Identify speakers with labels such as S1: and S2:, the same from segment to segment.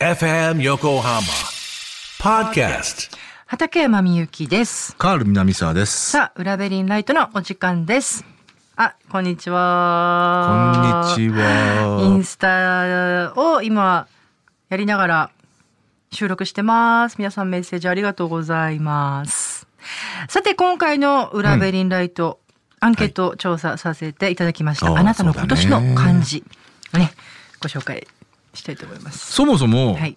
S1: FM Yokohama Podcast.
S2: 畠山みゆきです。
S3: カール南沢です。
S2: さあ、裏ベリンライトのお時間です。あ、こんにち
S3: こん
S2: は。
S3: にち
S2: イン
S3: は。
S2: スタを今やりながら収録してます。皆さんメッセージありがとうございます。さて、今回の裏ベリンライト、アンケート調査させていただきました。
S3: あー
S2: あなたの
S3: そ
S2: 今
S3: うだね
S2: 年の漢字、ね、ご紹介したいと思います。
S3: そもそも、
S2: はい。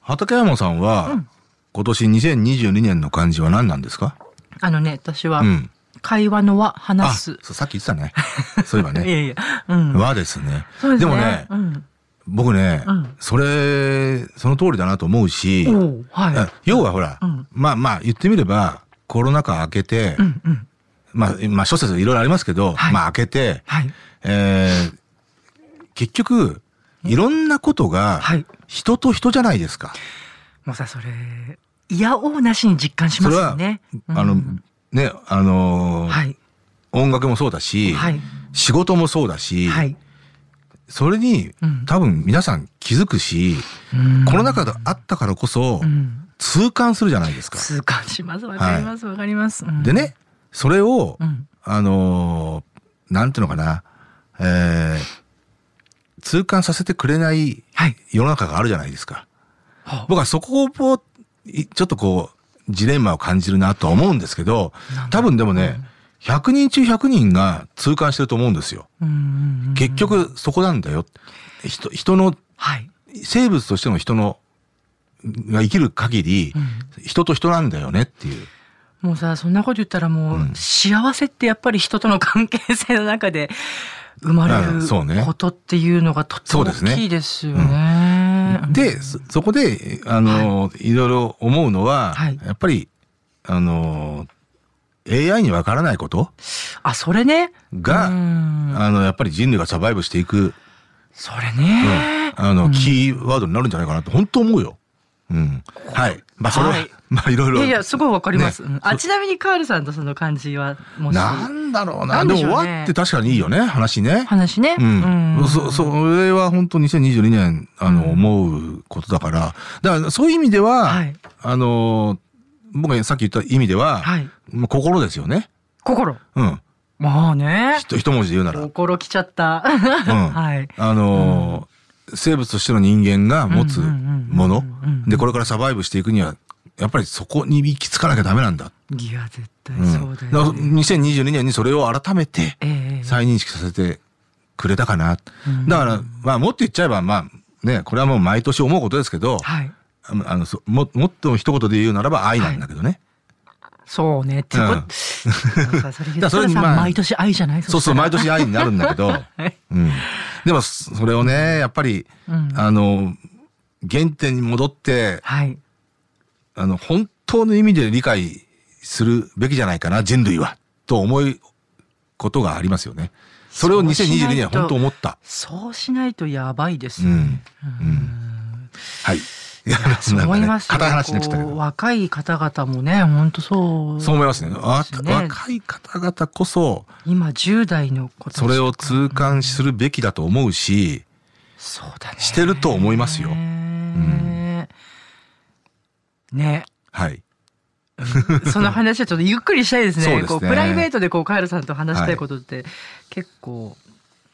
S3: 畠山さんは、
S2: うん
S3: 今年2022年の漢字は何なんですか
S2: あのね、私は、
S3: うん。
S2: 会話のは
S3: あ、そ
S2: 話す。
S3: うさっき言って たね。そういえば
S2: いや
S3: ね。
S2: いや、うん。
S3: はですね。
S2: そうですね。
S3: もね、
S2: うん、
S3: 僕ね、
S2: うん
S3: それ、その通りだなと思うし、
S2: おうは
S3: あ要はほら、
S2: うん
S3: まあまあ言ってみれば、コロナ禍明けて、
S2: い。うんうん。
S3: まあ、まあ諸説いろいろありますけど、
S2: はい
S3: まあ明けて、
S2: はい。
S3: えー結局、いろんなことが
S2: はい、
S3: 人と人じゃないですか。
S2: もうさ、それ、いやおうなしに実感しますよね。うん
S3: あの、ね、あのー
S2: はい。
S3: 音楽もそうだし、
S2: はい。
S3: 仕事もそうだし、
S2: はい。
S3: それに
S2: うん
S3: 多分皆さん気づくし、
S2: うん
S3: コロナ禍があったからこそ、
S2: うん。
S3: 痛感するじゃないですか。
S2: 痛感します。わかります。わ、かります。うん
S3: で。ね、それを、
S2: うん。
S3: あのーなんていうのかな、えー痛感させてくれない
S2: はい。
S3: 世の中があるじゃないですか。
S2: は
S3: 僕はそこを、いちょっとこう、ジレンマを感じるなとは思うんですけど
S2: なん、だ
S3: 多分でもね、100人中100人が痛感してると思うんですよ。
S2: うんうんうん
S3: 結。局そこなんだよ。人、人の、
S2: はい。
S3: 生物としての人の、が生きる限り、人と人なんだよねっていう。
S2: もうさ、そんなこと言ったらもう、
S3: うん
S2: 幸せってやっぱり人との関係性の中で生まれ
S3: うんそうね
S2: ることっていうのがとって
S3: そ
S2: も
S3: うですね
S2: 大きいですよね。
S3: で、そそこで、あの、い、ろいろ思うのは、
S2: はい
S3: やっぱり、あの、AI にわからないこと
S2: あ、それね。
S3: が、
S2: うん
S3: あの、やっぱり人類がサバイブしていく
S2: それね。
S3: あの、キーワードになるんじゃないかなって、本当思うよ。うん。はい。まあ、それは、
S2: はい
S3: まあ、いろい
S2: い
S3: ろ。
S2: やいや、すごいわかります。
S3: ね
S2: うんあ、ちなみにカールさんとその感じは、もし、
S3: なんだろう
S2: な
S3: な。
S2: ん
S3: で
S2: でしょう
S3: も、
S2: ね
S3: 終わって確かにいいよね、話ね。
S2: 話ね。
S3: うん。
S2: うん
S3: そ、それは本当2022年、あの、思うことだから。だから、そういう意味では、
S2: はい
S3: あの、僕がさっき言った意味では、
S2: はい
S3: もう心ですよね。
S2: 心。
S3: うん。
S2: まあね。
S3: ひと一文字で言うなら。うん。
S2: 心来ちゃった。はい。
S3: あのー生物としての人間が持つもの
S2: うんうんうんうんうん
S3: でこれからサバイブしていくにはやっぱりそこに行き着かなきゃダメなんだ。
S2: いや、絶対
S3: うん
S2: そうだ
S3: から
S2: よ、ね。
S3: 2022年にそれを改めて
S2: ええええ
S3: 再認識させてくれたかな。
S2: うん
S3: だから、まあ、もっと言っちゃえば、まあ、ね、これはもう毎年思うことですけど、
S2: はい。
S3: あのあのそももっと一言で言うならば愛なんだけどね。
S2: そうね。ってこ
S3: う
S2: と
S3: ん。
S2: さそれ言ったら
S3: それ
S2: さ、
S3: まあ
S2: 毎年愛じゃない
S3: そうそう、毎
S2: 年。
S3: 年愛になるんだけど、うん、でも、そそれをね、やっぱり、
S2: うん
S3: あの、原点に戻って、
S2: はい。
S3: あの、本当の意味で理解するべきじゃないかな、人類は、と思うことがありますよね。それを
S2: そうしないと
S3: 2022年は本当思った。
S2: そうしないとやばいで
S3: う
S2: す
S3: ん。う
S2: よね。
S3: ん。はい。いや
S2: そ う
S3: なんか
S2: 思
S3: ね
S2: いますよ
S3: 硬い話になっちゃったけ
S2: こう
S3: ど。
S2: 若い方々もね、本当そう。
S3: そう思いますね。わ
S2: ですね
S3: 若い方々こそ、
S2: 今10代の子たちと
S3: そ
S2: か
S3: れを痛感するべきだと思うし、
S2: そうだね
S3: してると思いますよ
S2: ねね
S3: はい。
S2: その話はちょっとゆっくりしたいですね
S3: そうですね
S2: こうプライベートでこうカエルさんと話したいことって、結構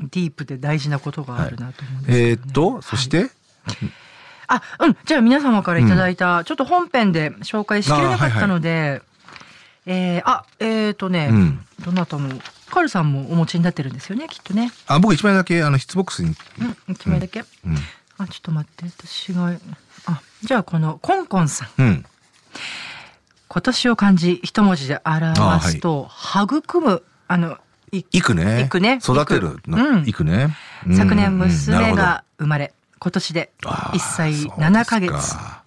S2: ディープで大事なことがあるなと思うんですけど、ね
S3: えーっと、そして、
S2: あうんじゃあ皆様からいただいた、ちょっと本編で紹介しきれなかったのでえーあえーっ、とね、
S3: うん
S2: どなたもカエルさんもお持ちになってるんですよねきっとね
S3: あ、僕一枚だけ、あの、筆ボックスに、
S2: うん一枚だけ、
S3: うん。
S2: あちょっと待って私があじゃあこのコンコンさん
S3: うん。
S2: 今年を漢字一文字で表すと、育むあのい
S3: 行くね。
S2: 行くね
S3: 育てる
S2: 行くう
S3: の。
S2: ん
S3: 行くね。うん
S2: 昨年
S3: うんなる
S2: 娘
S3: ほど
S2: が生まれ、今年で
S3: あー
S2: 1歳7ヶ
S3: そうで
S2: 月
S3: す。か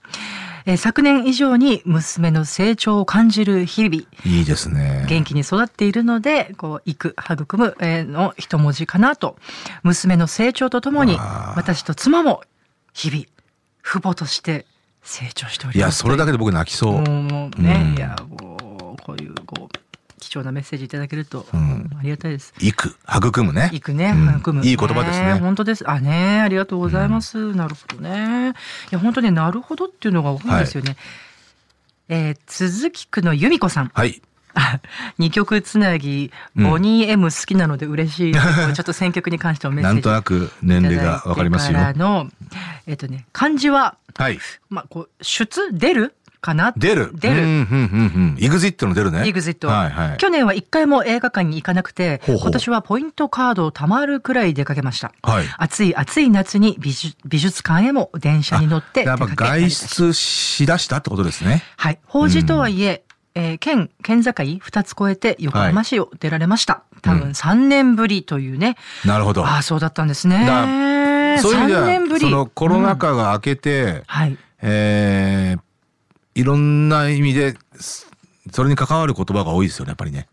S2: えー昨年以上に娘の成長を感じる日々。
S3: いいですね。
S2: 元気に育っているので、こう、育、育む、えーの一文字かなと。娘の成長とともに
S3: わあ、
S2: 私と妻も、日々、父母として成長してお
S3: い
S2: り
S3: や、
S2: ます。
S3: それだけで僕泣きそう。
S2: もうもうね、
S3: うん
S2: いや、こう、こういう、こう、貴重なメッセージいただけると、
S3: ん
S2: ありがたいです。
S3: 育、育むね。
S2: 行くね、
S3: うん
S2: 育むね
S3: いい言葉ですね。
S2: 本当です。あね、ありがとうございます。なるほどね。いや、本当ね、なるほどっていうのが多いんですよね。えー、鈴木区の由美子さん。
S3: はい。
S2: 二曲つなぎ、
S3: うん
S2: ボニー M 好きなので嬉しい。ちょっと選曲に関してもメッ
S3: な
S2: セー ジ。
S3: んとなく年齢がわかりますよ。
S2: からの、えっとね、漢字は、
S3: はい。
S2: まあ、こう、出、出るかな
S3: 出る。
S2: 出
S3: うん
S2: る。
S3: うんうんうん。エグジットの出るね。
S2: エグジット。
S3: はいはい。
S2: 去年は一回も映画館に行かなくて、
S3: ほうほう
S2: 今年はポイントカードを貯まるくらい出かけました。
S3: はい。
S2: 暑い暑い夏に美術美術館へも電車に乗って出
S3: や
S2: か
S3: っぱ
S2: けたり
S3: 外
S2: し
S3: 出しだしたってことですね。
S2: はい。法事とはいえ、えー県、県境2つ越えて横浜市を出られました。多
S3: うん
S2: 分3年ぶりというね。
S3: なるほど。
S2: ああ、そうだったんですね。
S3: だそういう意
S2: 3年
S3: 味
S2: ぶ
S3: では、そ
S2: り。
S3: のコロナ
S2: うん
S3: 禍が明けて、
S2: はい。
S3: えーいろんな意味で、すそれに関わる言葉が多いですよね、やっぱりね。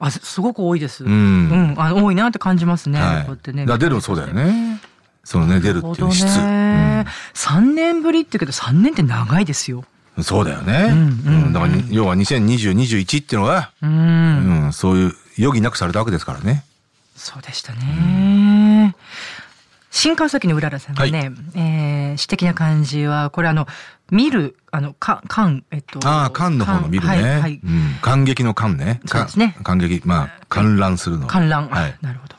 S2: あ、すすごく多いです。
S3: う。
S2: うんん、あ多いなって感じますね。
S3: はい。
S2: こうやってね。
S3: だから出るもそうだよね。そのね、出るっていう質。
S2: なるほどね3年ぶりって言うけど、3年って長いですよ。
S3: うんそうだよね。
S2: うんうん
S3: うんだから、要は2020、21っていうのが、
S2: う。
S3: うんん、そういう余儀なくされたわけですからね。
S2: そうでしたね。新川崎のうららさんがね、
S3: は
S2: えー詩的な感じは、これあの、見る、あの、か、感、えっと。
S3: ああ、缶の方の見るね。
S2: はい、はい。
S3: うん、感激の感ね。
S2: そうですね
S3: か感激、まあ、観覧するの。
S2: 観覧。
S3: はい。
S2: なるほど。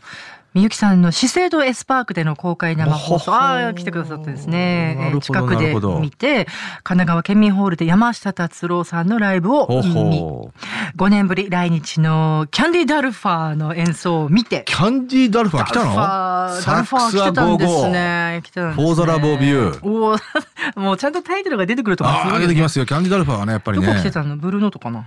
S2: みゆきさんの資生堂エスパークでの公開生
S3: ほほ
S2: 放
S3: ほ
S2: 送。ああ、来てくださったんですね。
S3: な
S2: え
S3: るほど
S2: ー近
S3: な
S2: く
S3: る
S2: で
S3: ほど
S2: 見て、神奈川県民ホールで山下達郎さんのライブを
S3: ほう
S2: 見
S3: ほう。
S2: 5年ぶり来日のキャンディ・ダルファーの演奏を見て。
S3: キャンディー・ダルファー来たの
S2: ダルファー、ダルファー来てたんですね。来てたんですね。
S3: フォーザラボビュー
S2: おー もうちゃんとタイトルが出てくるとか
S3: ああ、上げてきますよ。キャンディー・ダルファーはね、やっぱり
S2: どこ来て
S3: ね。
S2: たのブルーノートかな、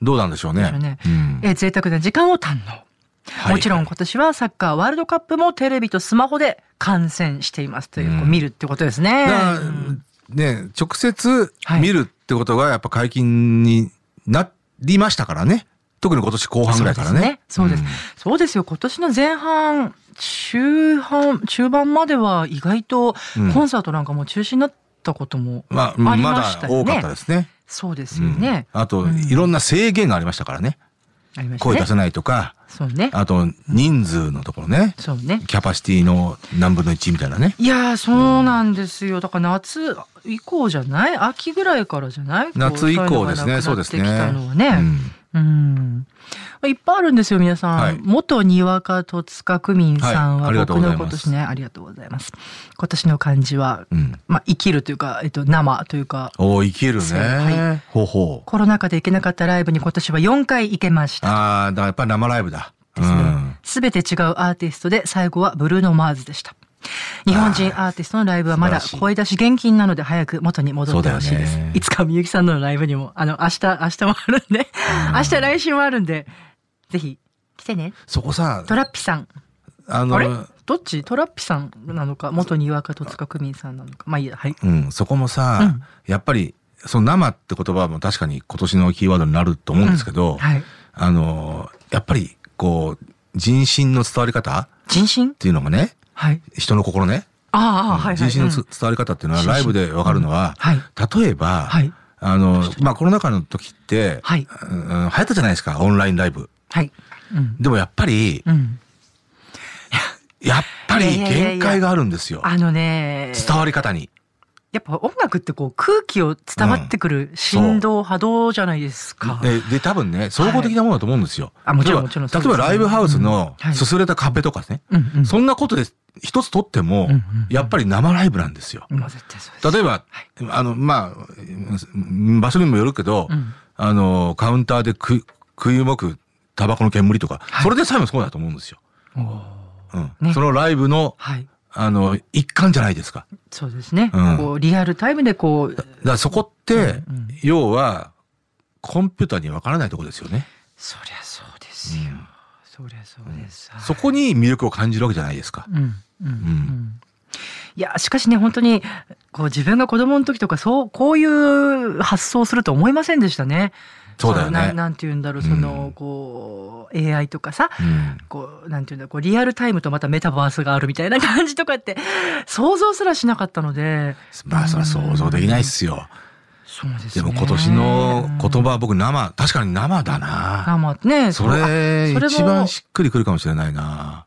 S3: どうなんでしょう
S2: で
S3: ね
S2: しょうね。
S3: うん
S2: えー贅沢な時間を堪能。
S3: はい
S2: もちろん今年はサッカーワールドカップもテレビとスマホで観戦していますという、こう見るってことですね
S3: だ。から
S2: うん
S3: ね、直接
S2: はい
S3: 見るってことがやっぱ解禁になりましたからね。特に今年後半ぐらいからね。
S2: そうですね。そうです。そうですよ。今年の前半、中半、中盤までは意外と
S3: うん
S2: コンサートなんかも中止になったことも
S3: まあ、うん
S2: あり
S3: ま
S2: ま
S3: だ
S2: したよね。
S3: 多かったですね。
S2: そうです
S3: う
S2: よ
S3: ん
S2: ね。
S3: あと、
S2: うん
S3: いろんな制限がありましたからね。
S2: ありました
S3: 声出
S2: ね。
S3: せないとか、
S2: そうね。
S3: あと人数のところね。
S2: そうね。
S3: キャパシティの何分の1みたいなね。
S2: いやーそうなんですよ。だから夏以降じゃない秋ぐらいからじゃない
S3: 夏以降ですね。
S2: こ
S3: そう
S2: う
S3: です
S2: い
S3: ね。
S2: のがなくなってきたのはね。
S3: うん
S2: うんいっぱいあるんですよ、皆さん。
S3: はい
S2: 元にわか戸塚区民さん
S3: はいあ
S2: は
S3: りがとう
S2: 僕
S3: ござい
S2: の
S3: ます
S2: 今年ね、ありがとうございます。今年の漢字は、
S3: うん。
S2: まあ、生きるというか、えっと、生というか、
S3: おー生きる
S2: そうは
S3: ね。ほうほう。
S2: コロナ禍で行けなかったライブに今年は4回行けました。
S3: ああ、だからやっぱり生ライブだ。う
S2: ですね
S3: ん。
S2: すべて違うアーティストで最後はブルーノ・マーズでした。日本人アーティストのライブはまだ
S3: 素晴らしい
S2: 声出し厳禁なので早く元に戻ってほしいで
S3: そ
S2: す。
S3: うだよね
S2: いつかみゆきさんのライブにも、あの、明日、明日もあるんで、明日来週もあるんで、ぜひ来てね。
S3: そこさ、
S2: トラッピさん。
S3: あ
S2: あれ
S3: の、
S2: どっちトラッピさんなのか、元にわか戸塚区民さんなのか。まあいいや、はい。
S3: うん、そこもさ、
S2: うん
S3: やっぱり、その生って言葉も確かに今年のキーワードになると思うんですけど、
S2: はい。
S3: あの、やっぱり、こう、人心の伝わり方っ
S2: 人身
S3: ていうのがね、
S2: はい。
S3: 人の心ね、
S2: ああ、ああはい、はい。
S3: 人心の
S2: う
S3: つ
S2: ん
S3: 伝わり方っていうのは
S2: 心身
S3: ライブでわかるのは、
S2: はい。
S3: 例えば、
S2: はい。
S3: あの、まあ、コロナ禍の時って、
S2: はい
S3: うんうん流行ったじゃないですか、オンラインライブ。
S2: はい。うん。
S3: でもやっぱり、
S2: うん。
S3: やっぱり
S2: いやいやいやいや
S3: 限界があるんですよ。
S2: あのね。
S3: 伝わり方に。
S2: やっぱ音楽ってこう空気を伝わってくる振動、波動じゃないですか。
S3: でで多分ね総合的なものだと思うんですよ。
S2: あもちろん
S3: 例えば
S2: もちろんそうです
S3: 例えばライブハウスの
S2: うんはい
S3: すすれた壁とかね、
S2: うんうん。
S3: そんなことで一つ取っても、
S2: んうん
S3: やっぱり生ライブなんですよ。
S2: まあ絶対そうです。
S3: 例えば、あのまあうん場所にもよるけど、
S2: うん
S3: あのカウンターでく食い動くタバコの煙とか、
S2: はい
S3: それでさえもそうだと思うんですよ。うん
S2: ね
S3: そのライブの
S2: はい。
S3: あの一環じゃないですか。
S2: そうですね。
S3: うん
S2: こうリアルタイムでこう
S3: だ、からそこって、
S2: うんうん
S3: 要はコンピューターにわからないところですよね。
S2: そりゃそうですよ。そりゃそうです。
S3: そこに魅力を感じるわけじゃないですか。
S2: うん。うん。うん。いや、しかしね、本当に、こう自分が子供の時とか、そう、こういう発想をすると思いませんでしたね。
S3: そうだよね
S2: ななんて言うんだろう、その、
S3: うん
S2: こう、AI とかさ、
S3: うん
S2: こう、なんていうんだろう、こう、リアルタイムとまたメタバースがあるみた いな感じとかって、想像すらしなかったので。
S3: まあそれは想像できないっすよ。
S2: そうです
S3: で
S2: ね。
S3: も今年の言葉は僕生、確かに生だ
S2: うん。
S3: な。
S2: 生ってね、
S3: そう
S2: あ
S3: れ、
S2: それも
S3: 一番しっくりくるかもしれないな。
S2: っ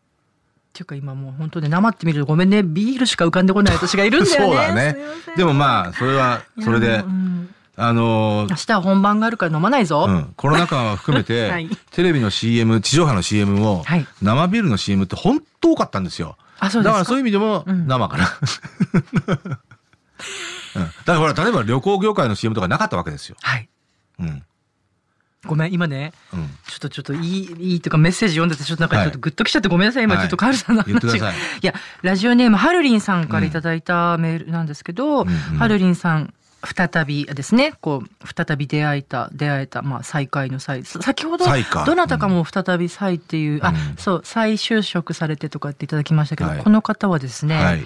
S2: ていうか今もう本当ね、生って見るとごめんね、ビールしか浮かんでこない私がいるんだよね。
S3: そうだね
S2: すいません。
S3: でもまあ、それは、それ
S2: いや
S3: で
S2: もうう、ん
S3: あのー
S2: 明、日は本番があるから飲まないぞ。
S3: うん、コロナ禍を含めて、
S2: はい
S3: テレビの CM、地上波の CM も、
S2: はい
S3: 生ビールの CM って本当多かったんですよ。
S2: あ、そうです
S3: だからそういう
S2: う
S3: 意味でも、
S2: うん
S3: 生かな。 うん、だからほら、例えば旅行業界の CM とかなかったわけですよ。
S2: はい。
S3: うん。
S2: ごめん、今ね、
S3: うん。
S2: ちょっとちょっといい、いいというかメッセージ読んでて、ちょっとなんか
S3: はい
S2: ちょっとグッときちゃってごめんなさい。今
S3: はい
S2: ちょっとカールさんの
S3: 言ってく
S2: 話
S3: だ
S2: が。
S3: さ
S2: い
S3: い、
S2: や、ラジオネーム、はるりんさんからいただいたメールなんですけど、
S3: んうん
S2: はるりんさん、再びですね、こう、再び出会えた、出会えた、まあ、再会の際、さ先ほど、
S3: 再会
S2: どなたかも再び再っていう、あ
S3: うん、
S2: そう、再就職されてとかっていただきましたけど、
S3: はい
S2: この方はですね、
S3: はい。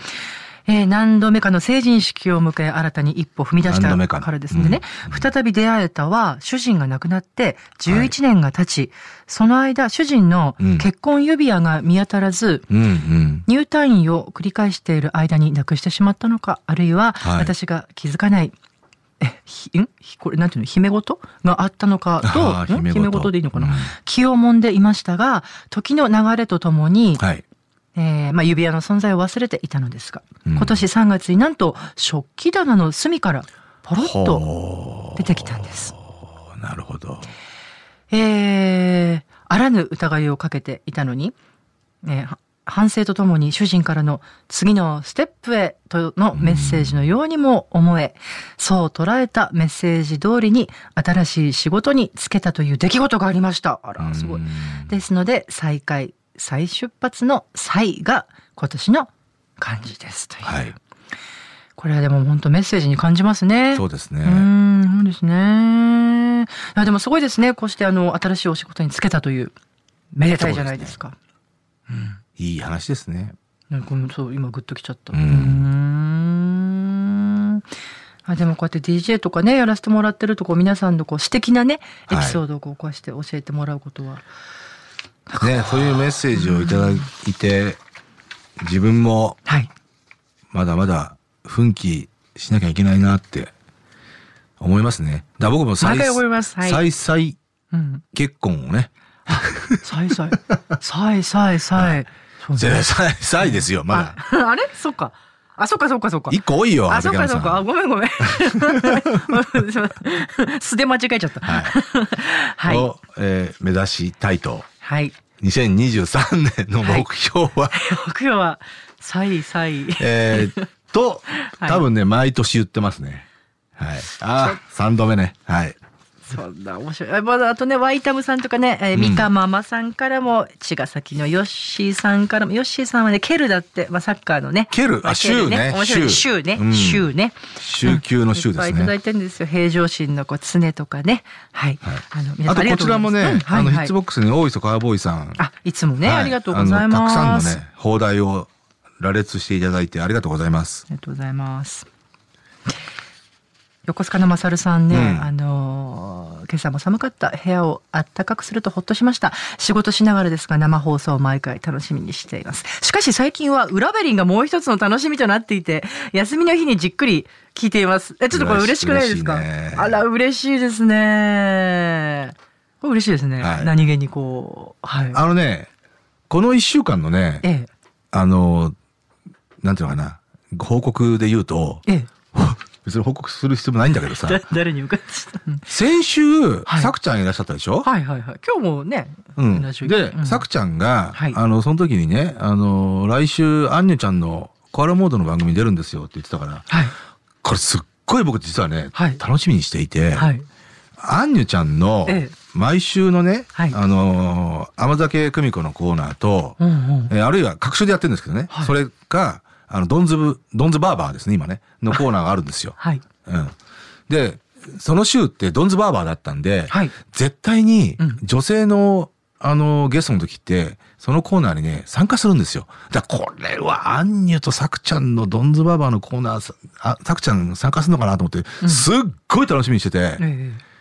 S2: えー何度目かの成人式を迎え新たに一歩踏み出した
S3: 何度目かの
S2: からですねね、
S3: うん
S2: 再び出会えたは主人が亡くなって11年が経ち、その間主人の結婚指輪が見当たらず、
S3: うんうん。
S2: 入退院を繰り返している間になくしてしまったのかあるいは
S3: はい
S2: 私が気づかない、えひんひこれなんていうの姫事があったのか
S3: あ
S2: と
S3: ー
S2: ん
S3: 姫事
S2: 姫事でいいのかな、
S3: うん
S2: 気をもんでいましたが時の流れとともに、
S3: はい。
S2: えーまあ、指輪の存在を忘れていたのですが、
S3: うん
S2: 今年3月になんと食器棚の隅からポロッと
S3: ほ
S2: 出てきたんです。
S3: うなるほど。
S2: えーあらぬ疑いをかけていたのに、えーは反省とともに主人からの次のステップへとのメッセージのようにも思え、そう捉えたメッセージ通りに新しい仕事に就けたという出来事がありました。あら、すごい。ですので、再開、再出発の再が今年の漢字ですという。
S3: はい。
S2: これはでも本当メッセージに感じますね。
S3: そうです
S2: う
S3: ね。
S2: ん、そうですね。いやでもすごいですね。こうしてあの新しいお仕事に就けたというめでたいじゃないですか。
S3: いい話ですね。
S2: なんかごめんそう今グッときちゃった。う
S3: うん
S2: ん。あでもこうやって DJ とかねやらせてもらってるとこう皆さんのこう私的なねエ
S3: はい
S2: ピソードをこうこうして教えてもらうことは、
S3: ね、そういうメッセージをいただいて、自分も
S2: はい
S3: まだまだ奮起しなきゃいけないなって思いますね。だから僕も再
S2: 毎回思いますはい
S3: 再再
S2: うん
S3: 結婚をね。
S2: さいさいさいさいさい。そうね
S3: 再再 再ですよ、まだ。
S2: あ あれそっかあそっかそっかそっか。
S3: 一個多いよ、
S2: あ、そう
S3: 畠山さ
S2: かそうか。あ
S3: ん。
S2: ごめんごめん。 素で間違えちゃった。
S3: はい
S2: はい。
S3: を、えー目指したいと。
S2: はい。
S3: 2023年の目標は、
S2: 僕らは、サイサ イ。
S3: え ーっと、
S2: はい
S3: 多分ね、毎年言ってますね。はい。ああ、3度目ね。はい。
S2: そんな面白い。まだあとね、ワイタムさんとかね、えー、ミカママさんからも、茅ヶ崎のヨッシーさんからも、ヨッシーさんはね、ケルだって、まあサッカーのね。
S3: 蹴る、
S2: ま
S3: あ、週ね。
S2: 面白い。週ね
S3: う。ん
S2: 週ね。
S3: 週休の週です
S2: いっぱいいただ
S3: ね
S2: い。てるんですよ。平常心のこう、常とかね。はい。あの、皆さ
S3: あ
S2: ん
S3: と
S2: りが
S3: こ
S2: と
S3: ち
S2: うござ
S3: ら
S2: いま
S3: も
S2: す
S3: ね、
S2: うんはい
S3: あのヒ
S2: は
S3: ッ
S2: い
S3: ツボックスに大磯カーボーイさん。
S2: あ、いつもね、
S3: はい
S2: ありがとうございます。
S3: あのたくさんのね、放題を羅列していただいてありがとうございます
S2: あ。りがとうございます。横須賀のまさるさんね、
S3: うん
S2: あのー今朝も寒かった部屋をあったかくするとほっとしました仕事しながらですが生放送を毎回楽しみにしていますしかし最近は裏ベリンがもう一つの楽しみとなっていて休みの日にじっくり聞いていますえちょっとこれ嬉しくないですか、
S3: 嬉しいね
S2: あら嬉しいですねこれ嬉しいですね、
S3: はい
S2: 何気にこうはい
S3: あのね、この一週間のね、
S2: え
S3: あの、なんていうのかな、報告で言うと
S2: え、ええ
S3: 別に報告する必要もないんだけどさ
S2: だ、誰に向かってしたうん
S3: 先週、
S2: はい
S3: さくちゃんいらっしゃったでしょ
S2: はいはいはい今日もね、
S3: うん。
S2: ラジオ
S3: で
S2: う、ん
S3: さくちゃんが、
S2: はい
S3: あの、その時にね、あの、来週、アンニュちゃんのコアラモードの番組出るんですよって言ってたから、
S2: はい
S3: これすっごい僕実はね、
S2: はい
S3: 楽しみにしていて、
S2: はい
S3: アンニュちゃんの
S2: ええ
S3: 毎週のね、
S2: はい
S3: あのー甘酒久美子のコーナーと、
S2: うんうん
S3: えーあるいは各種でやってるんですけどね、
S2: はい
S3: それか、あの、ドンズブ、ドンズバーバーですね、今ね、のコーナーがあるんですよ。
S2: はい。
S3: うん。で、その週ってドンズバーバーだったんで、
S2: はい
S3: 絶対に
S2: うん
S3: 女性のあの、ゲストの時って、そのコーナーにね、参加するんですよ。だからこれは、アンニュとサクちゃんのドンズバーバーのコーナーさ、あサクちゃん参加するのかなと思って、すっごい楽しみにしてて、
S2: ええ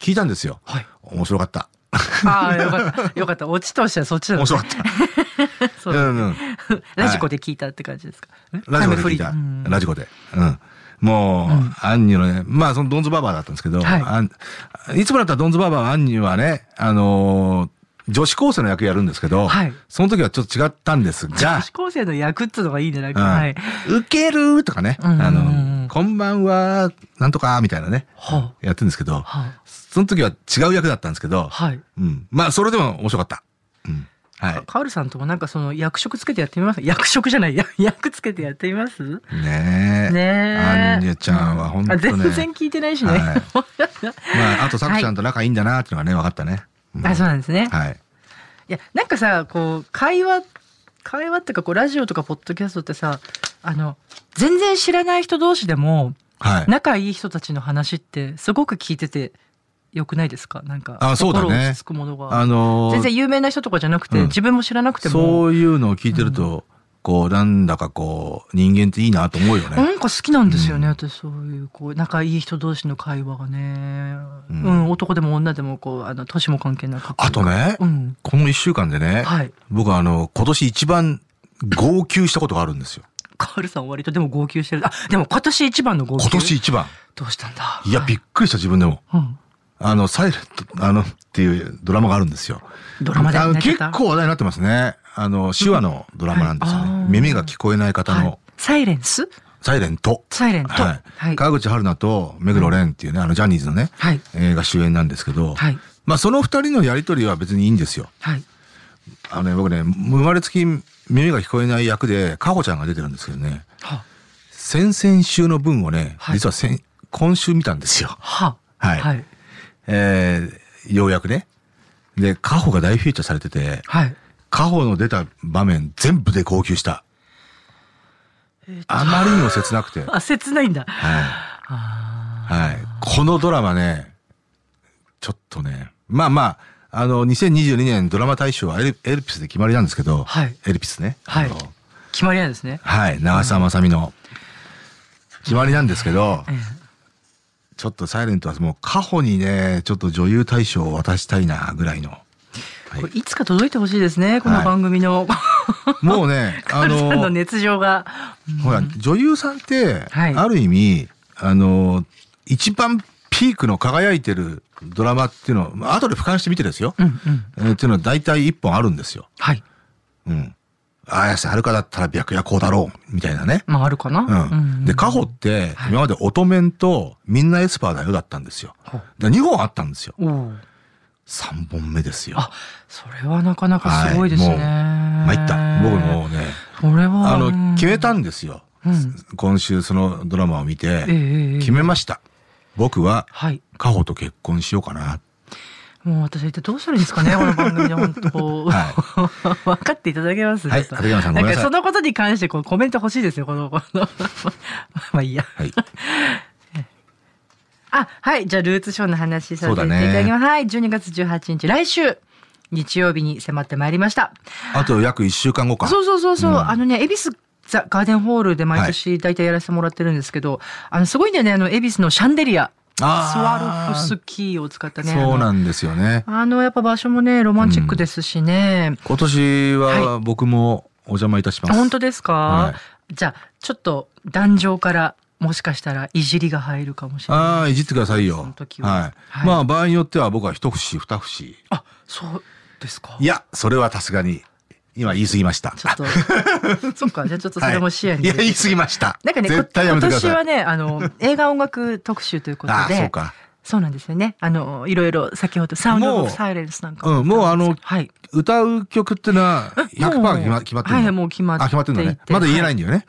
S3: 聞いたんですよ。
S2: はい
S3: 面白かった。
S2: ああ、よかった。よかった。オチとしてはそっちだ
S3: 面
S2: った。
S3: 白かった。
S2: そううん
S3: うん。
S2: ラジコで聞いたって感じですか。
S3: ラジコで聞い
S2: タ
S3: た
S2: イムフリーうん。
S3: ラジコで。うん。もう、アンニュのね、まあそのドンズバーバーだったんですけど、
S2: はい
S3: あんいつもだったらドンズバーバーはアンニュはね、あのー女子高生の役やるんですけど、
S2: はい
S3: その時はちょっと違ったんです
S2: 女
S3: が
S2: 子、高生の役っていうのがいいね、なん
S3: う
S2: か。
S3: ん
S2: はい。
S3: ウケるとかね、
S2: うん
S3: あ
S2: うんうん
S3: の、こんばんは、なんとか、みたいなね、
S2: は
S3: やってるんですけど
S2: あ、、は
S3: その時は違う役だったんですけど
S2: あ、、はい。
S3: うん、まあそれでも面白かった。うん、はい。
S2: カールさんともなんかその役職つけてやってみます役職じゃないや 役つけてやってみます
S3: ねえ。
S2: ねえ
S3: アンニュちゃんは本当
S2: あ
S3: ね。
S2: 全然聞いてないしね、
S3: はいまあ、あと、さくちゃんと仲いいんだなっていうのがね、分かったね。ん
S2: あそうなんですね、い、
S3: はい。
S2: やなんかさこう会話会話っていうかこうラジオとかポッドキャストってさあの全然知らない人同士でも
S3: はい。
S2: 仲いい人たちの話ってすごく聞いててよくないですかなんか
S3: あそうだね
S2: 心落ち着くものが、
S3: あのー
S2: 全然有名な人とかじゃなくて、
S3: うん
S2: 自分も知らなくても
S3: そういうのを聞いてると、こう、なんだかこう、人間っていいなと思うよね。
S2: なんか好きなんですよね、
S3: うん
S2: 私そういうこう仲いい人同士の会話がね、う
S3: うんん
S2: 男でも女でもこうあの年も関係なく
S3: あとね、
S2: うん
S3: この一週間でね、
S2: はい
S3: 僕はあの、今年一番号泣したことがあるんですよ。
S2: カールさん割とでも号泣してるあでも今年一番の号泣
S3: 今年一番。
S2: どうしたんだ
S3: いや、びっくりした自分でも。
S2: うん、
S3: あの、サイレント、あの、っていうドラマがあるんですよ。
S2: ドラマで
S3: あの
S2: 泣いて
S3: 結
S2: た
S3: 構話題になってますね。あの、手話のドラマなんですよね。
S2: はいあー
S3: 耳が聞こえない方
S2: はい
S3: の、
S2: サイレンス
S3: サイレント。
S2: サイレント
S3: はい。
S2: はい
S3: 川口春奈と目黒蓮っていうね、あのジャニーズのね、
S2: はい
S3: 映画主演なんですけど、
S2: はい
S3: まあその二人のやりとりは別にいいんですよ。
S2: はい
S3: あのね、僕ね、生まれつき耳が聞こえない役で、かほちゃんが出てるんですけどね、
S2: は
S3: 先々週の分をね、
S2: はい
S3: 実は先今週見たんですよ。
S2: は
S3: はい
S2: はい
S3: えー、ようやくね。で、かほが大フィーチャーされてて、
S2: はい
S3: かほの出た場面全部で号泣した。あまりにも切なくて。
S2: あ切ないんだ
S3: はい。このドラマね、ちょっとね、まあまあ、あの、2022年ドラマ大賞はエルエルピスで決まりなんですけど、
S2: はい
S3: エルピスね。
S2: はい
S3: あの
S2: 決まりなんですね
S3: はい。長澤まさみの決まりなんですけど、ちょっとサイレントはもう、カホにね、ちょっと女優大賞を渡したいな、ぐらいの。はい
S2: これいつか届いてほしいですねこの番組の、
S3: もうね、
S2: カ
S3: あ
S2: ールさんの
S3: の、
S2: 熱情が、
S3: ほら、女優さんって、
S2: はい
S3: ある意味、あの、一番ピークの輝いてるドラマっていうのを、まあ後で俯瞰してみてですよ。
S2: うんうん
S3: えーっていうのは大体一本あるんですよ。
S2: はい
S3: うん。綾瀬はるかだったら白夜行だろう、みたいなね。
S2: まああるかな、
S3: う
S2: うんうん
S3: ん。で、カホって、今まで乙女とみんなエスパーだよだったんですよ。
S2: ほう
S3: で、2本あったんですよ。
S2: おう
S3: 3本目ですよ。
S2: あそれはなかなかすごいですね、
S3: はい、もう、参った。僕もうね、
S2: それは
S3: あ
S2: うん
S3: の、決めたんですよ。
S2: うん
S3: 今週そのドラマを見て、
S2: ええええ
S3: 決めました。僕は、
S2: はい
S3: カホと結婚しようかな。
S2: もう私は一体どうしたらいいんですか ねこの番組で本当こう、 分かっていただけます
S3: はい
S2: ちょっと
S3: 畠山さんごめんなさい
S2: かそのことに関してこうコメント欲しいですよこのこの まあいいや
S3: はい。
S2: あ、はい。じゃあ、ルーツショーの話させていただきます。はい。12月18日、来週、日曜日に迫ってまいりました。
S3: あと約1週間後か。
S2: そうそうそうそう、あのね、恵比寿ザガーデンホールで毎年大体やらせてもらってるんですけど、あの、すごいんだよね、あの、恵比寿のシャンデリア。ス
S3: あ
S2: ワ
S3: ー
S2: ルフスキーを使ったね。
S3: そうんなんですよね。
S2: あの、やっぱ場所もね、ロマンチックですしね。
S3: 今年は僕もお邪魔いたします。
S2: 本当ですか、
S3: は
S2: じゃあ、ちょっと、壇上から、もしかしたら、いじりが入るかもしれない。
S3: ああ、いじってくださいよ。
S2: その
S3: は
S2: 時
S3: い。
S2: ははい
S3: まあ、場合によっては僕は一節、二節。
S2: あ、そうですか
S3: いや、それはさすがに、今言い過ぎました。
S2: ちょっと、 そっか、じゃあちょっとそれも視野に
S3: はい。いや、言い過ぎました。
S2: なんかね、
S3: 絶対やめてください。
S2: こ今年はね、あ の、映画音楽特集ということで。
S3: あーそうか
S2: そうなんですよね。あの、いろいろ、先ほど、サウンド・オ
S3: もう
S2: ブ・サイレンスなんか。
S3: うん、もうあの、
S2: はい。
S3: 歌う曲ってのは100%
S2: もう
S3: 決ま決まってるの
S2: はいもう決まっていて
S3: あ、決まってるのね。まだ言えないんだよね。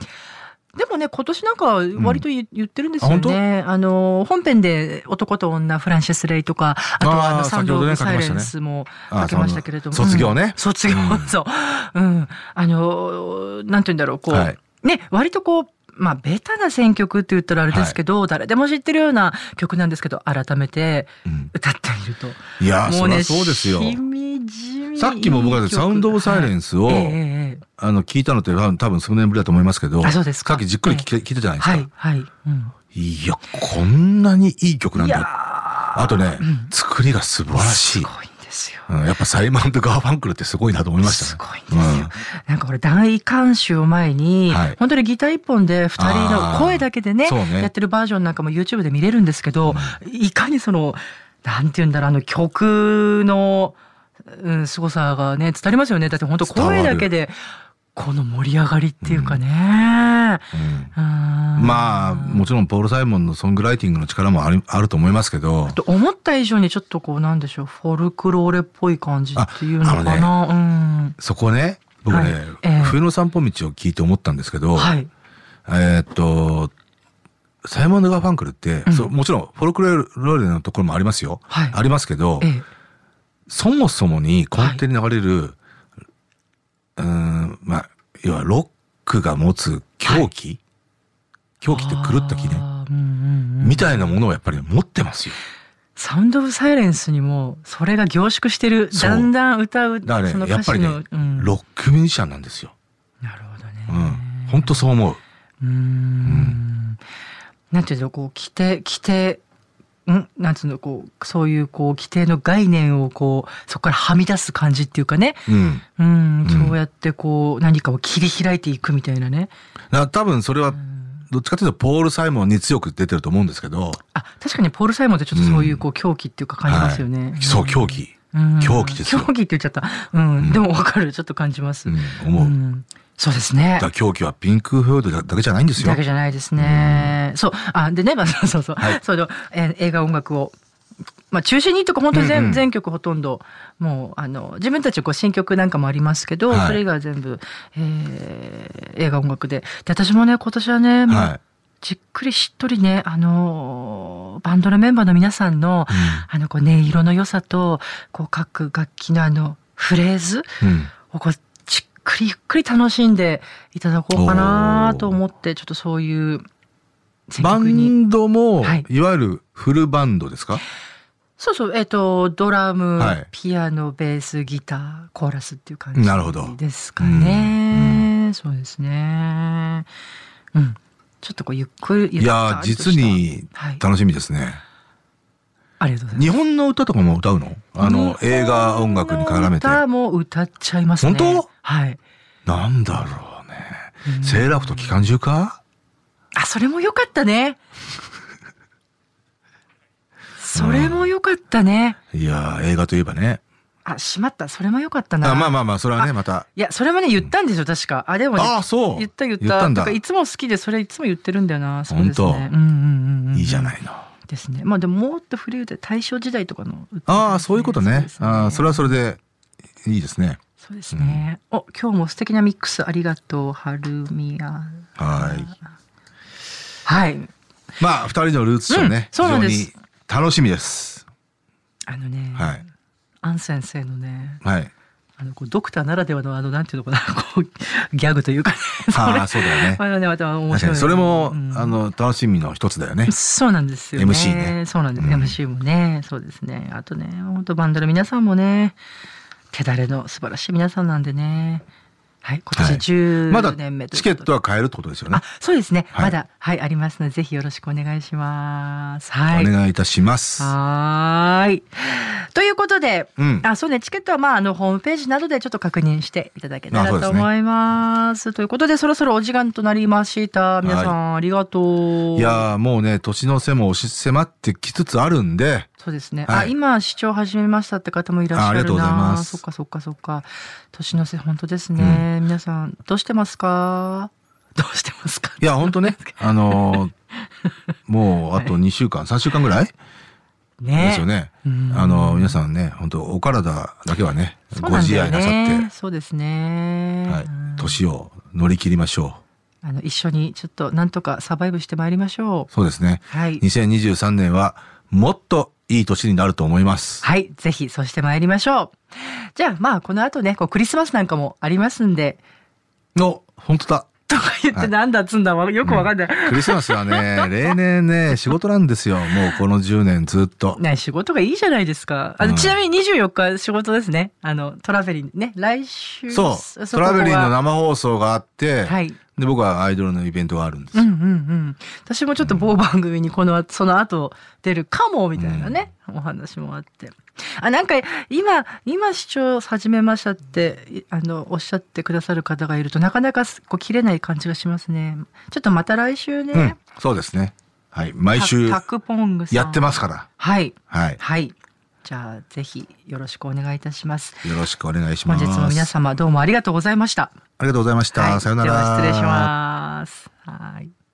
S2: でもね、今年なんか割と言,、言ってるんですよ
S3: あ
S2: ね。あの、本編で男と女、フランシス・レイとか、あとはあの
S3: あー
S2: サウン
S3: 先ほど
S2: ド・オブ・
S3: ね
S2: サイレンスもか
S3: 書
S2: け
S3: き
S2: ま
S3: ま
S2: し
S3: したた
S2: け
S3: け
S2: れ
S3: れ
S2: ど
S3: ど
S2: も。
S3: あー卒業ね
S2: うん卒業、そう。うん。あの、なんて言うんだろう、こう、
S3: はい
S2: ね、割とこう、まあ、ベタな選曲って言ったらあれですけど、誰でも知ってるような曲なんですけど、改めて
S3: うん
S2: 歌ってみると。
S3: いやー
S2: も
S3: そりゃそうですよ
S2: しみじみ
S3: さっきも僕は
S2: 曲
S3: サウンド・オブ・サイレンスを、
S2: はいえええ
S3: あの聞いたのって多分多分数年ぶりだと思いますけど
S2: あそうですか
S3: さっきじっくり聞け聞いたじゃな
S2: え
S3: いですか、
S2: はい、はい。うん
S3: いやこんなにいい曲なん
S2: いや
S3: だ
S2: ー
S3: あとね、作りが素晴らしい
S2: すごいんですよ。
S3: うんやっぱサイマンとガーファンクルってすごいなと思いましたね。
S2: すごいんですよ。なんかこれ大観衆を前に、
S3: はい
S2: 本当にギター一本で二人の声だけでね
S3: あーそうね
S2: やってるバージョンなんかも YouTube で見れるんですけど、いかにそのなんて言うんだろうあの曲の、うん、凄さがね伝わりますよねだって本当声だけでこの盛り上がりっていうか
S3: う
S2: ね、
S3: んうん
S2: うん
S3: まあもちろんポール・サイモンのソングライティングの力もあるあると思いますけど
S2: と思った以上にちょっとこうなんでしょうフォルクローレっぽい感じっていうのか
S3: ああ
S2: な、うん
S3: そこね僕ね、
S2: はいええ
S3: 冬の散歩道を聞いて思ったんですけど、
S2: はい
S3: えーっとサイモン・ガーファンクルって、そうもちろんフォルクローレのところもありますよ、
S2: はい
S3: ありますけど、
S2: ええ
S3: そもそもに根底に流れる、うーんまあ要はロックが持つ狂気、狂気って狂った気ね
S2: あーうんうんうん
S3: みたいなものをやっぱり持ってますよ。
S2: サウンド・オブ・サイレンスにもそれが凝縮してる
S3: そう
S2: だんだん歌う
S3: だから
S2: その
S3: ね、や
S2: 歌
S3: っぱり
S2: 詞
S3: ね
S2: の、、うん、
S3: ロックミュージシャンなんですよ。
S2: なるほど
S3: う
S2: ね
S3: ん。本当そう思う。
S2: うんなんていうのこう規定規定んなんつうのこうそういうこう規定の概念をこうそこからはみ出す感じっていうかね
S3: うん。
S2: うん
S3: ん
S2: そうやってこう何かを切り開いていくみたいなね
S3: だから多分それは、どっちかというとポール・サイモンに強く出てると思うんですけど、
S2: あ確かにポール・サイモンってちょっとそういう
S3: うん
S2: こう狂気っていうか感じますよね、
S3: はいそう、狂気。
S2: うん
S3: 狂気ですよ
S2: 狂気って言っちゃったうん、
S3: うん
S2: でもわかるちょっと感じます、
S3: うん、思う。
S2: ん、そうですね
S3: だから狂気はピンク・フロイドだけじゃないんですよ
S2: だけ。じゃないですね。そう。あ、でね、まあ、そうそうそう。
S3: はい
S2: その、えー映画音楽を。まあ、中心にとか本当に全,、
S3: うんうん
S2: 全曲ほとんどもうあの自分たちこう新曲なんかもありますけど、
S3: はい
S2: それ以外は全部、えー映画音楽でで私もね今年はね、もう
S3: はい
S2: じっくりしっとりねあのーバンドのメンバーの皆さんの,、
S3: ん
S2: あのこう音色の良さとこう各楽器のあのフレーズ、
S3: うん。
S2: をこうじっくりゆっくり楽しんでいただこうかなと思ってちょっとそういう選
S3: バ
S2: 曲に
S3: ンドも、
S2: はい
S3: い、わゆるフルバンドですか
S2: そうそうえっ、とドラム、
S3: はい
S2: ピアノベースギターコーラスっていう感じ
S3: なるほど
S2: ですかね、そうですねうんちょっとこうゆっくり
S3: いやー、
S2: ゆったりとした
S3: 実に
S2: はい、
S3: 楽しみですね。
S2: ありがとうございます
S3: 日本の歌とかも歌うのあの、映画音楽に絡めて。
S2: 歌も歌っちゃいますね
S3: 本当
S2: はい
S3: なんだろうね。セーラー服と機関銃か
S2: あ、それも良かったね。それも良かったね。
S3: いやー、映画といえばね。
S2: あ、しまった。それも良かったな。
S3: あまあまあまあ、それはね、また。
S2: いや、それもね、言ったんですよ、確か。あ、でもね、
S3: ああ、そう。
S2: 言った言った。
S3: 言ったん
S2: と
S3: だ。
S2: かい
S3: い
S2: つも好きで、それいつも言ってるんだよな。そうですね。
S3: 本当
S2: うんうんうんうん。
S3: いじゃ
S2: い。
S3: ないの。
S2: ですね。まあでも、もっと古い歌、大正時代とかの歌ですね、
S3: ああ、そういうことね。ああ、それはそれでいいですね。
S2: そうですね。お、今日も素敵なミックスありがとう、はるみや。
S3: はい。
S2: はい。
S3: まあ、二人のルーツショーね
S2: うん、そうなんです
S3: 非常に楽しみです。
S2: あのね、
S3: はい。
S2: アン先生のね、
S3: はい。
S2: あのこうドクターならではのあのなんていうのかな こうギャグというかね
S3: ああ、そうだ よね。
S2: あのねまた面
S3: 確か
S2: 白い
S3: に、それも
S2: う、ん
S3: あの、楽しみの一つだよね。
S2: そうなんですよ、ね、
S3: MC ね
S2: そうなんです、
S3: うん
S2: MC もねそうですねあとね本当バンドの皆さんもね手だれの素晴らしい皆さんなんでねはい今
S3: はい
S2: 年
S3: まだ
S2: 10年目ということで、
S3: チケットは買えるってことですよね
S2: あ。そうですね、
S3: はい
S2: まだはいありますのでぜひよろしくお願いします
S3: お
S2: はい
S3: 願いいたします。
S2: はーい。ということで、
S3: うん
S2: あ、そうね、チケットはまああのホームページなどでちょっと確認していただけた
S3: あそ
S2: ら
S3: うで
S2: と
S3: すね
S2: 思います。ということで、そろそろお時間となりました。皆さん、ありがとう。
S3: いやーもうね年の瀬も押し迫ってきつつあるんで
S2: そうですね。
S3: は
S2: あ、
S3: い
S2: 今視聴始めましたって方もいらっしゃるな。
S3: あありがとうございます
S2: そっかそっかそっか。年の瀬本当ですね。皆さんどうしてますか。どうしてますか。
S3: いやほんと ねあのーもうあと2週間3週間ぐらい
S2: ね。
S3: ですよね、
S2: うん
S3: あのー皆さんね本当お体だけはね
S2: そう
S3: ご
S2: なんだ
S3: 自
S2: よ
S3: 愛なさっ
S2: ね。
S3: て、
S2: そうですね。
S3: はい
S2: うん、
S3: 年を乗り切りましょ
S2: あの一緒にちょっとなんとかサバイブしてまいりましょ
S3: うそうですね
S2: う。はい。
S3: 2023年はもっといい年になると思います
S2: はい。ぜひ、そうしてまいりましょう。じゃあ、まあ、この後ね、こうクリスマスなんかもありますんで、
S3: の本当だ
S2: とか言ってなんだっつんだわ、よくわかんない。
S3: クリスマスは ね、例年ね、仕事なんですよ。もうこの10年ずっと。
S2: ね、仕事がいいじゃないですか。あの、
S3: うん
S2: ちなみに24日仕事ですね。あの、トラベリンね。来週。
S3: そう。トラベリンの
S2: 名
S3: 生放送があって、
S2: はい。
S3: で、僕はアイドルのイベントがあるんです
S2: うん
S3: よ。
S2: うんうん。私もちょっと某番組にこの後、その後出るかも、みたいなね、お話もあって。あ、なんか、今、今視聴始めましたって、いあの、おっしゃってくださる方がいると、なかなかすこう切れない感じがしますね。ちょっとまた来週ね。
S3: うん、そうですね。はい。毎週
S2: タタクポングさん。
S3: やってますから。
S2: はい。
S3: はい。
S2: はい。じゃあ、ぜひ、よろしくお願いいたします。
S3: よろしくお願いし
S2: 本
S3: ます。
S2: 日も皆様どうもありがとうございました。
S3: ありがとうございました。
S2: はい
S3: さよな
S2: で
S3: ら。
S2: は失礼します。はい。